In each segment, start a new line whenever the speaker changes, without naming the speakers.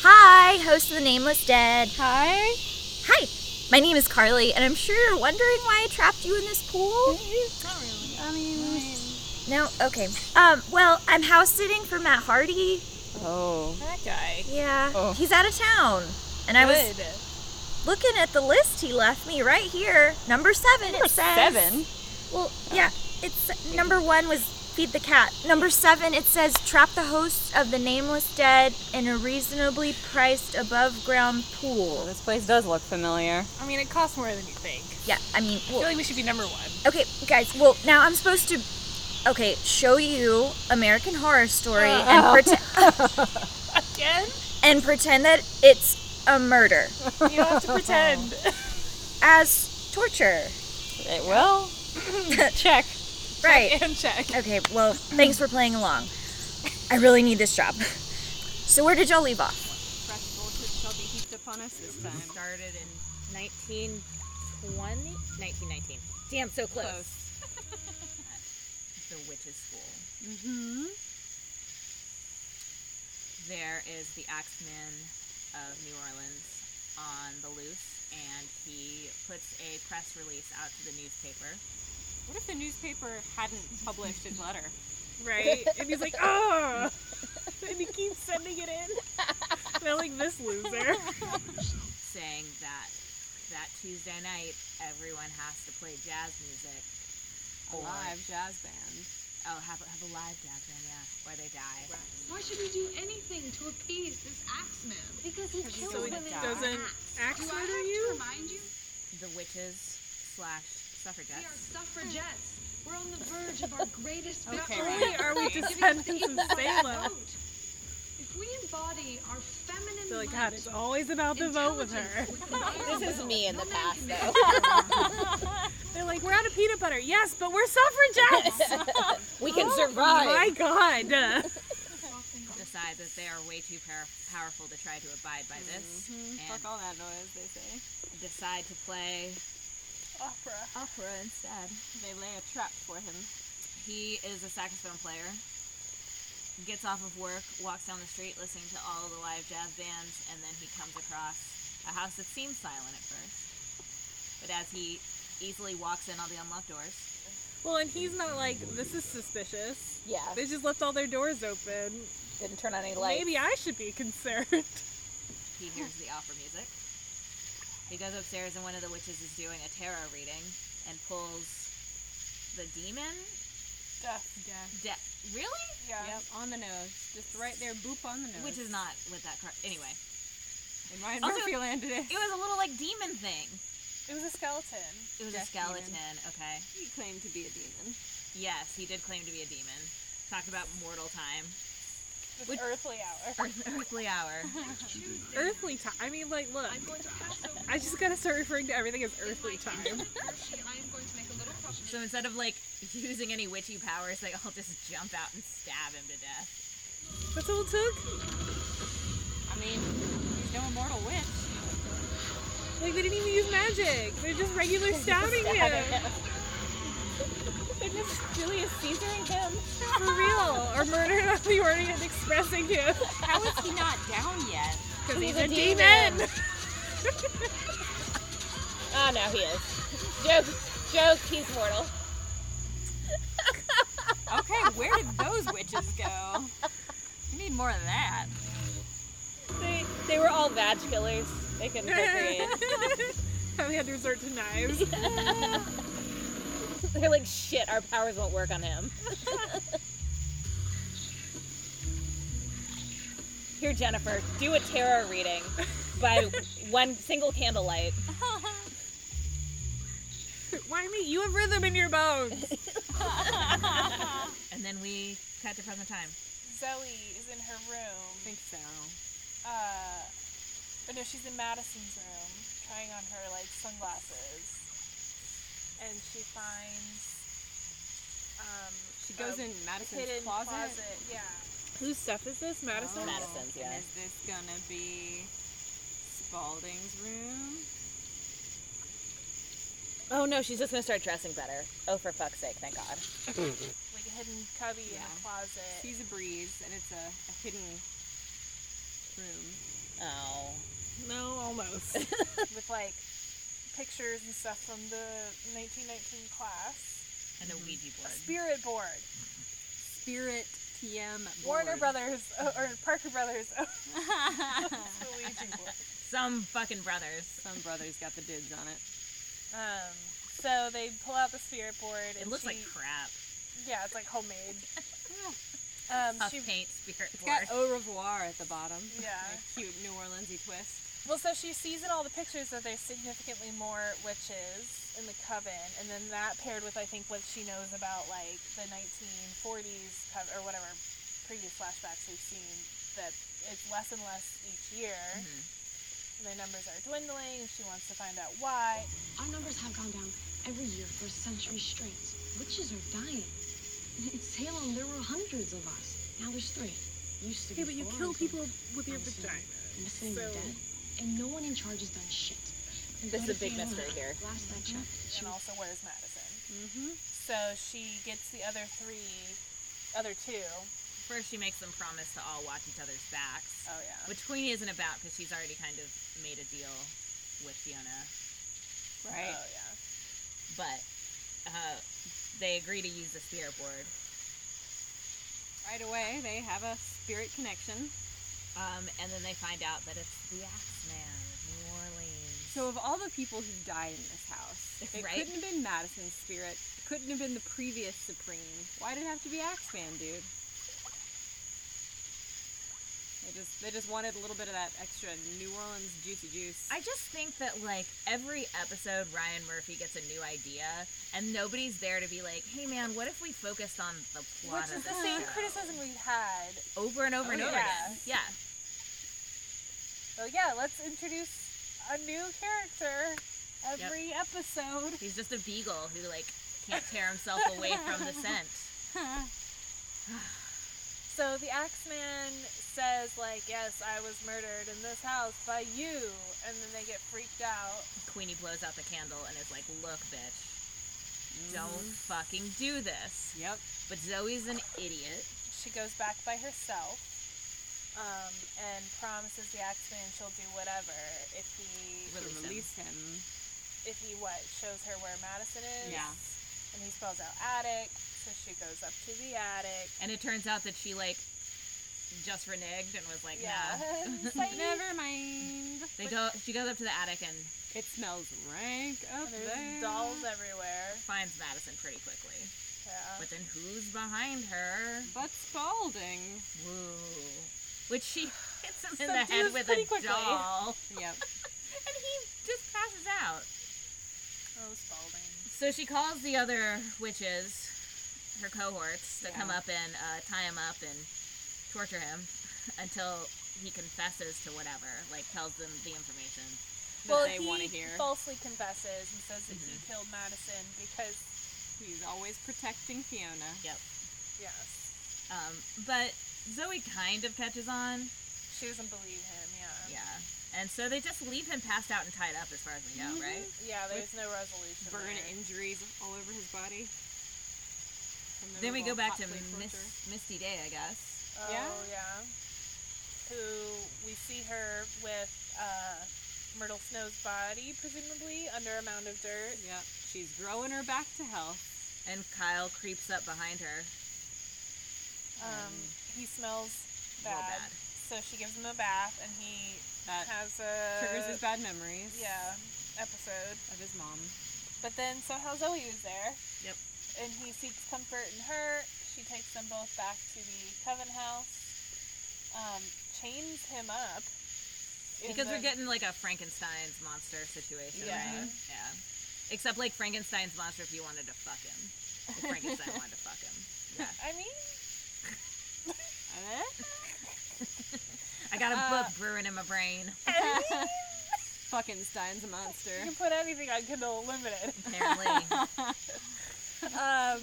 Hi, host of the Nameless Dead.
Hi.
Hi, my name is Carly, and I'm sure you're wondering why I trapped you in this pool.
Not really. I mean,
Hmm?
No, okay. Um, well, I'm house sitting for Matt Hardy.
Oh.
that guy.
Yeah,
Oh.
he's out of town, and I was looking at the list he left me right here. Number seven.
Number
it says.
seven.
Well, yeah. It's number one was feed the cat. Number seven, it says trap the host of the nameless dead in a reasonably priced above ground
Well,
pool.
this place does look familiar.
I mean, it costs more than you think.
Yeah, I mean,
I feel
well,
like we should be number one.
okay, guys. Well, now I'm supposed to, okay, show you American Horror Story and pretend
Again?
and pretend that it's a murder
You don't have to pretend.
as torture,
It will. Check.
right?
and check.
Okay, well, thanks for playing along. I really need this job. So where did y'all leave off?
fresh voltage shall be heaped upon us this time. Started in
1920? 1919. Damn, so close.
the witches' school. Mm-hmm. There is the axeman of New Orleans on the loose, and he puts a press release out to the newspaper.
What if the newspaper hadn't published his letter?
Right? And he's like, ah! And he keeps sending it in. They're like, this loser.
saying that that Tuesday night everyone has to play jazz music.
A
or-
live jazz band.
Oh, have, have a live jazz band, yeah, or they die.
Why should we do anything to appease this axeman?
Because he kills
So he
women.
doesn't axe
Do I
murder
have to
you?
remind you?
The witches slash
We are
suffragettes.
suffragettes. We're on the verge of our greatest victory.
Only are we
Giving us the
descendants of
right to
Salem.
vote. If we embody our feminine
So like,
might,
God, it's always about the vote with her.
her.
This is me in the past, though.
They're like, we're out of peanut butter. Yes, but we're suffragettes.
We can
oh my
survive.
God.
Decide that they are way too power- powerful to try to abide by this, and
Mm-hmm. Fuck all that noise, they say.
decide to play opera. Opera instead.
They lay a trap for him.
He is a saxophone player. Gets off of work, walks down the street listening to all the live jazz bands, and then he comes across a house that seems silent at first. But as he easily walks in all the unlocked doors,
Well, and he's not like, this is suspicious.
Yeah,
They just left all their doors open.
didn't turn on any lights.
Maybe I should be concerned.
he hears the opera music. He goes upstairs, and one of the witches is doing a tarot reading and pulls the demon.
Death.
De- really?
Yeah. Yep, on the nose. Just right there, boop on the nose.
Which is not what that card. Anyway,
in Ryan
Also-
Murphy land today.
it was a little like demon thing.
It was a skeleton.
It was a
Death demon.
skeleton. Okay.
He claimed to be a demon.
Yes, he did claim to be a demon. Talked about mortal time,
This earthly hour.
Earth, earthly hour.
Earthly time. I mean, like, look.
I'm going to pass over
I just gotta start referring to everything as
my
earthly time.
infinite crochet. I am going to make a little crochet.
So instead of like using any witchy powers, they all just jump out and stab him to death.
That's all it took.
I mean, he's no immortal witch.
Like they didn't even use magic. They're just regular stabbing him. They're just Julius Caesaring him for real, or murdering of the Orient and expressing him
How is he not down yet?
because he's,
a
a, demon.
Ah, now he is. Joke, joke, he's mortal.
Okay, where did those witches go? We need more of that.
They, they were all vag killers. They couldn't procreate.
and we had to resort to knives.
They're like, shit, our powers won't work on him. Here, Jennifer, do a tarot reading by one single candlelight.
Why me? You have rhythm in your bones.
And then we cut to present time.
Zoe is in her room.
think so.
Uh, or no, she's in Madison's room, trying on her like sunglasses, and she finds. Um,
She goes
a
in Madison's
hidden
closet.
Yeah.
Whose stuff is this, Madison?
Oh.
Madison's, yeah.
And is this gonna be Spalding's room?
Oh no, she's just gonna start dressing better. Oh, for fuck's sake, thank God.
Like a hidden cubby in
Yeah.
a closet.
She's a breeze, and it's a, a hidden room.
Oh.
No, almost. With like pictures and stuff from the 1919 class.
And a Ouija
A
board.
spirit board.
Spirit TM board.
Warner Brothers uh, or Parker Brothers. owns the Ouija board.
Some fucking brothers.
Some brother's got the dudes on it.
Um, so they pull out the spirit board. And
It looks like
she-
crap.
yeah, it's like homemade. um,
Puff
she
paint spirit
It's
board.
got au revoir at the bottom.
yeah.
A cute New Orleansy twist.
Well, so she sees in all the pictures that there's significantly more witches in the coven, and then that paired with I think what she knows about like the 1940s cov or whatever previous flashbacks we've seen that it's less and less each year.
Mm-hmm.
Their numbers are dwindling, and she wants to find out why.
Our numbers have gone down every year for a century straight. Witches are dying. In Salem, there were hundreds of us. Now there's three. Used to be four or something.
with
your vagina, Missing or dead. And no one in charge has done shit.
This is
What
a big
Fiona?
mystery here.
Last I checked, she
and
was
also where's Madison? Mm-hmm. So she gets the other three, other two.
First, she makes them promise to all watch each other's backs.
Uh.
Oh yeah.
Which Queenie isn't about because she's already kind of made a deal with Fiona.
Right.
Oh yeah.
But uh, they agree to use the spirit board.
Right away, they have a spirit connection.
Um, and then they find out that it's the Axeman of New Orleans.
So, of all the people who died in this house, it
Right?
couldn't have been Madison's spirit. It couldn't have been the previous Supreme. Why did it have to be Axeman, dude? They just they just wanted a little bit of that extra New Orleans juicy juice.
I just think that like every episode, Ryan Murphy gets a new idea, and nobody's there to be like, "Hey man, what if we focused on the plot?"
Which
of
is the
this
same
show?"
criticism we've had.
over and over and over
Oh, yeah.
again. Yeah,
So yeah, let's introduce a new character every episode.
he's just a beagle who like can't tear himself away from the scent.
So the Axeman says like, "Yes, I was murdered in this house by you," and then they get freaked out.
Queenie blows out the candle and is like, "Look, bitch, don't
Mm-hmm.
fucking do this."
Mm-hmm. Yep.
But Zoe's an idiot.
She goes back by herself. Um, and promises the Axeman she'll do whatever if he
To
Release him.
release him.
if he what shows her where Madison is.
Yeah.
And he spells out attic, so she goes up to the attic.
And it turns out that she like just reneged and was like,
Yeah.
"Nah."
Psych.
Never mind.
They go. She goes up to the attic and
It smells rank up
And there's
there.
dolls everywhere.
finds Madison pretty quickly.
Yeah.
But then who's behind her?
But Spalding.
Woo. Which she hits him in the head
Subdues
with
pretty
a
quickly.
doll.
Yep.
And he just passes out.
Oh, Spalding.
So she calls the other witches, her cohorts, to come up and uh, tie him up and torture him until he confesses to whatever. Like, tells them the information.
that they want to hear. Mm-hmm.
falsely confesses and says that he killed Madison because
He's always protecting Fiona.
Yep.
yes,
Um, but Zoe kind of catches on.
she doesn't believe him. Yeah.
Yeah. And so they just leave him passed out and tied up, as far as we know,
Mm-hmm.
right?
Yeah, there's no resolution.
Burn
there.
injuries all over his body. From the
Then we
little
go back
hot
to
plate
Miss,
torture.
Misty Day, I guess.
Oh yeah.
Yeah.
Who we see her with uh, Myrtle Snow's body, presumably under a mound of dirt.
Yep. She's growing her back to health.
And Kyle creeps up behind her.
Um, he smells
Real
bad,
bad.
so she gives him a bath, and he
That
has a
Uh, triggers his bad memories.
yeah episode.
Of his mom.
But then somehow Zoe was there.
Yep.
And he seeks comfort in her. She takes them both back to the Coven house, um, chains him up. in
Because we're
the-
getting like a Frankenstein's monster situation,
Yeah.
right? Yeah. Except like Frankenstein's monster if you wanted to fuck him. If Frankenstein wanted to fuck him.
I mean,
Eh?
I got a
Uh,
book brewing in my brain,
Fucking Stein's a monster.
Mm-hmm.
you can put anything on Kindle Unlimited.
apparently.
Um,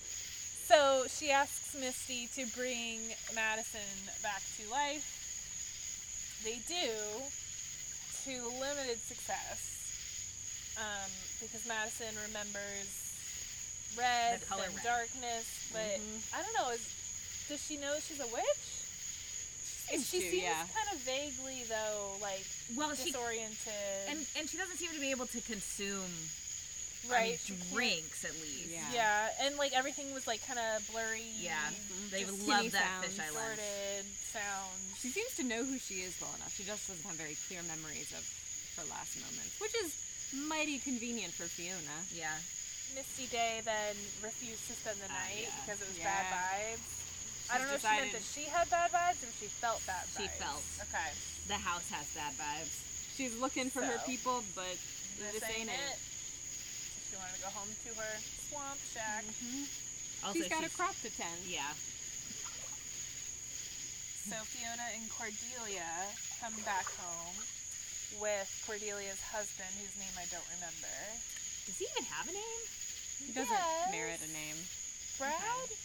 so she asks Misty to bring Madison back to life. They do, to limited success, um, because Madison remembers red
The color
and
red. Mm-hmm.
darkness. But I don't know. Is does she know she's a witch? She,
seems to,
seems
yeah.
kind of vaguely like
Well, she
disoriented.
and and she doesn't seem to be able to consume I mean,
right. she can't-
drinks at least.
Yeah.
Yeah, and like everything was like kind of blurry.
Yeah, they
just
love
skinny
that
sounds,
fisheye lens.
distorted sounds.
She seems to know who she is well enough. She just doesn't have very clear memories of her last moments, which is mighty convenient for Fiona.
Yeah,
Misty Day then refused to spend the
Ah,
night
yeah.
because it was
Uh, Yeah.
bad vibes. I don't know if she meant that
decided-
she had bad vibes or if she felt bad
She
vibes.
felt.
Okay.
the house has bad vibes.
She's looking for her
So.
people, but
This,
this
ain't
ain't
it. So she wanted to go home to her swamp shack.
Also,
she's got a crop to tend.
Yeah,
Mm-hmm.
So Fiona and Cordelia come back home with Cordelia's husband, whose name I don't remember.
does he even have a name?
She doesn't
Yes.
merit a name.
Brad?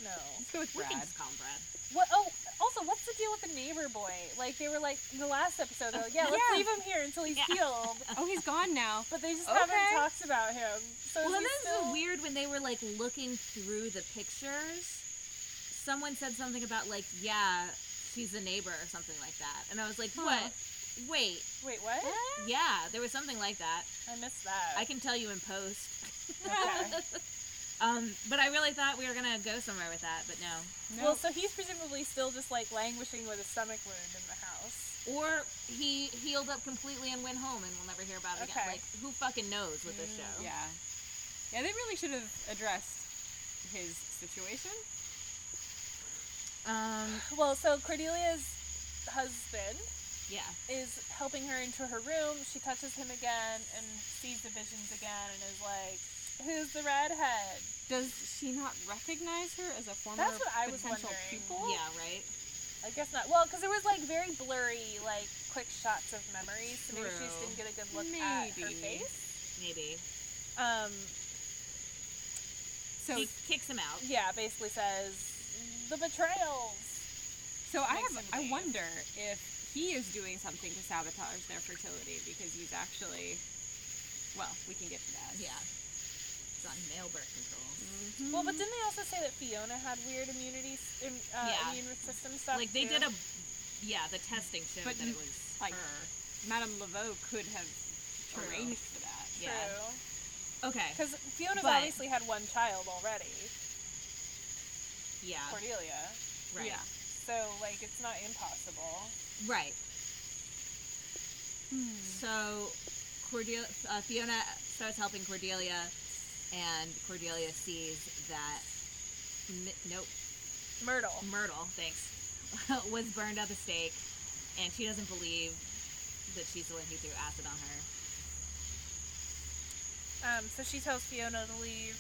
No.
Let's go with
We can
Brad.
just call him Brad.
What? Oh, also, what's the deal with the neighbor boy? Like they were like in the last episode. They're like, yeah, let's
Yeah.
leave him here until he's
Yeah.
healed.
Oh, he's gone now.
But they just
Okay.
haven't talked about him. So
Well,
is
then
he
this
still...
was weird when they were like looking through the pictures. Someone said something about like, yeah, she's a neighbor or something like that, and I was like, what? Wait,
Wait, what?
yeah, there was something like that.
I missed that.
I can tell you in post.
Okay.
Um, but I really thought we were gonna go somewhere with that, but no.
Well, so he's presumably still just like languishing with a stomach wound in the house.
Or he healed up completely and went home, and we'll never hear about it again.
Okay.
Like, who fucking knows with this show?
Mm, Yeah. Yeah, they really should have addressed his situation.
Um,
Well, so Cordelia's husband
yeah.
is helping her into her room. She touches him again and sees the visions again and is like, "Who's the redhead?"
Does she not recognize her as a former
That's what I was
potential
wondering.
pupil?
Yeah. Right.
I guess not. Well, because there was like very blurry, like quick shots of memories, so maybe she just
True.
didn't get a good look at her
Maybe.
face.
Maybe.
Um,
So,
he kicks him out.
yeah, basically says the betrayals.
so I
Makes
have.
him
I
leave.
wonder if he is doing something to sabotage their fertility because he's actually. Well, we can get to that.
Yeah. It's on male birth control.
Well,
Mm-hmm.
but didn't they also say that Fiona had weird immunity, s- im- uh,
Yeah.
immune system stuff?
Like they
too?
did a, yeah, the testing showed
But
that it
you-
was
like-
her.
Madame Laveau could have
True.
arranged for that.
Yeah. Okay.
Because Fiona's
But-
obviously had one child already,
Yeah.
Cordelia.
Right.
Yeah.
So like, it's not impossible.
Right. Hmm. So, Cordelia, uh, Fiona starts helping Cordelia, and Cordelia sees that Mi- nope,
Myrtle.
Myrtle, thanks, was burned at the stake, and she doesn't believe that she's the one who threw acid on her.
Um, so she tells Fiona to leave,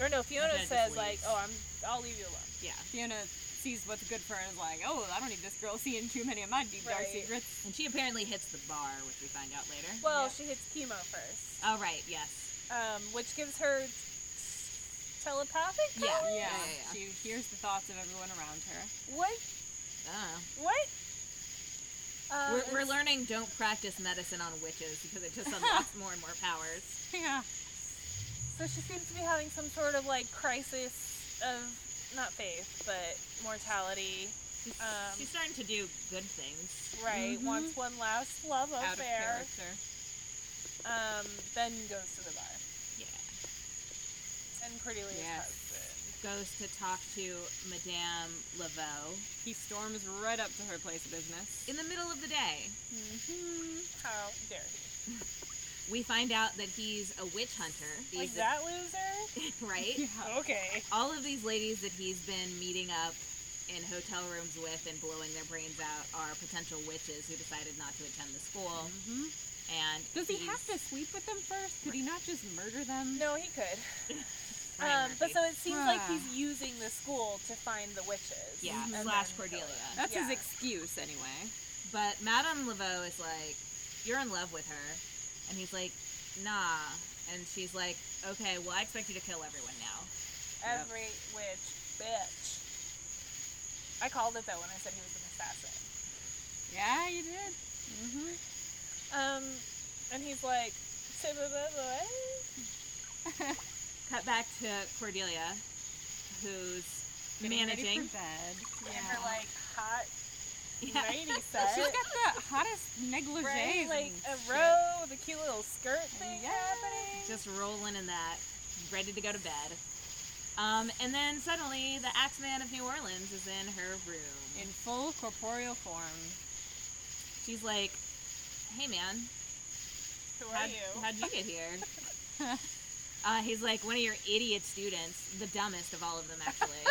or no, Fiona
Yeah, just
says
leaves.
like, "Oh, I'm, I'll leave you alone."
Yeah.
Fiona sees what's good for her and is like, oh, I don't need this girl seeing too many of my deep dark
Right.
secrets.
And she apparently hits the bar, which we find out later.
Well, she hits chemo first,
Oh, right, yes.
um, which gives her telepathic.
Yeah.
powers?
Yeah,
yeah.
she hears the thoughts of everyone around her.
What?
Oh.
What? Um,
We're, we're
and
learning don't practice medicine on witches because it just unlocks more and more powers.
Yeah.
So she seems to be having some sort of like crisis of not faith, but mortality.
She's,
Um,
she's starting to do good things.
Right, wants one last love
Out
affair.
of character.
Um, then goes to the bar,
Yeah.
and Cordelia's
Yes.
husband.
Goes to talk to Madame Laveau
He storms right up to her place of business.
in the middle of the day.
How dare he?
We find out that he's a witch hunter.
Like
He's a-
that loser?
right?
Okay.
All of these ladies that he's been meeting up in hotel rooms with and blowing their brains out are potential witches who decided not to attend the school.
Mm-hmm.
Mhm.
And
Does he
he's-
have to sleep with them first? Could he not just murder them?
No, he could.
Ryan
Um, but
Murphy.
so it seems like
Ah.
he's using the school to find the witches.
yeah,
Mm-hmm. and
slash
then kill
Cordelia.
her.
That's his
Yeah.
excuse, anyway.
But Madame Laveau is like, You're in love with her. And he's like, Nah. And she's like, Okay, well, I expect you to kill everyone now.
Every witch bitch. I called it though when I said he was an assassin.
Yeah, you did.
Mm-hmm.
Um, and he's like, "Say blah, blah, blah."
Cut back to Cordelia, who's
Getting ready
managing.
for bed.
and her like hot
Yeah.
nighty set.
She's got the hottest negligee.
right? Like a row with a cute little skirt thing happening.
just rolling in that, ready to go to bed. Um, and then suddenly, the Axeman of New Orleans is in her room.
in full corporeal form.
She's like, "Hey, man,
Who are
how'd,
you?
how'd you get here?" uh, he's like, "One of your idiot students, the dumbest of all of them, actually."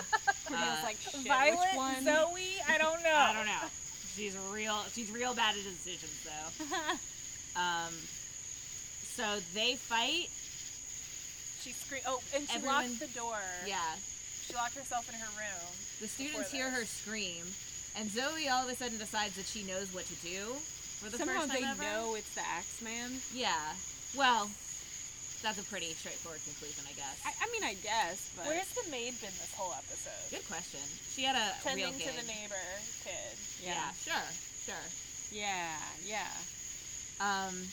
Cordeo's
Uh,
like, shit, which
Violet,
one?
Zoe, I don't know.
I don't know. She's real. She's real bad at decisions, though. um, so they fight.
She screamed. Oh, and she
Everyone-
locked the door.
Yeah,
She locked herself in her room.
The students hear her scream, and Zoe all of a sudden decides that she knows what to do for the
Somehow
first time
they
ever.
know it's the Axeman.
Yeah. Well, that's a pretty straightforward conclusion, I guess.
I, I mean, I guess, but
Where's the maid been this whole episode?
Good question. She had a real
Tending
game.
to the neighbor kid.
Yeah.
yeah,
sure, sure.
yeah, yeah.
Um,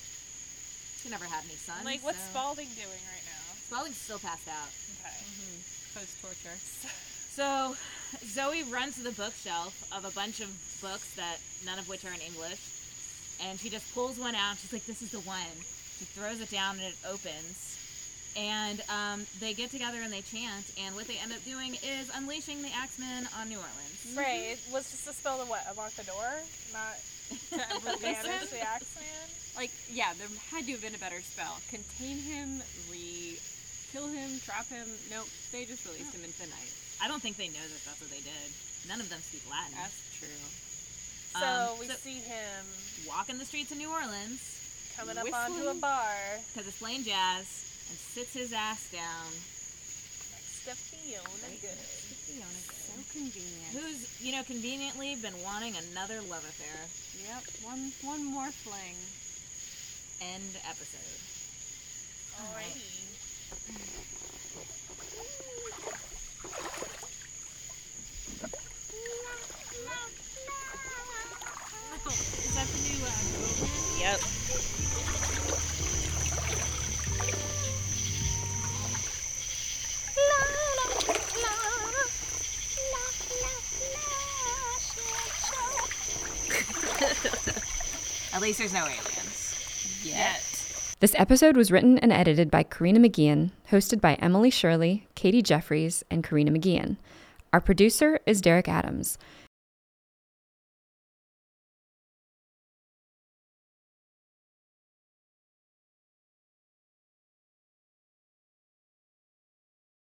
she never had any sons.
like, what's
so-
Spalding doing right now?
Spalding's still passed out.
Okay.
Post torture.
So, Zoe runs to the bookshelf of a bunch of books that none of which are in English, and she just pulls one out. She's like, "This is the one." She throws it down and it opens, and um, they get together and they chant. And what they end up doing is unleashing the Axemen on New Orleans.
Right. It was just a spell of what? Unlock the door? Not to banish the Axeman?
Like, yeah, there had to have been a better spell. Contain him, re, kill him, trap him. Nope, they just released him into the night.
I don't think they know that that's what they did. None of them speak Latin.
That's true.
So
Um,
we
so-
see him
Walking the streets of New Orleans
coming up
Whistling.
onto a bar.
because it's playing jazz and sits his ass down.
Next to Fiona Good.
So convenient.
Who's you know conveniently been wanting another love affair.
Yep, one one more fling.
End episode.
Alrighty.
Yep.
At least there's no aliens.
This episode was written and edited by Karina McGeehan, hosted by Emily Shirley, Katie Jeffries, and Karina McGeehan. Our producer is Derek Adams.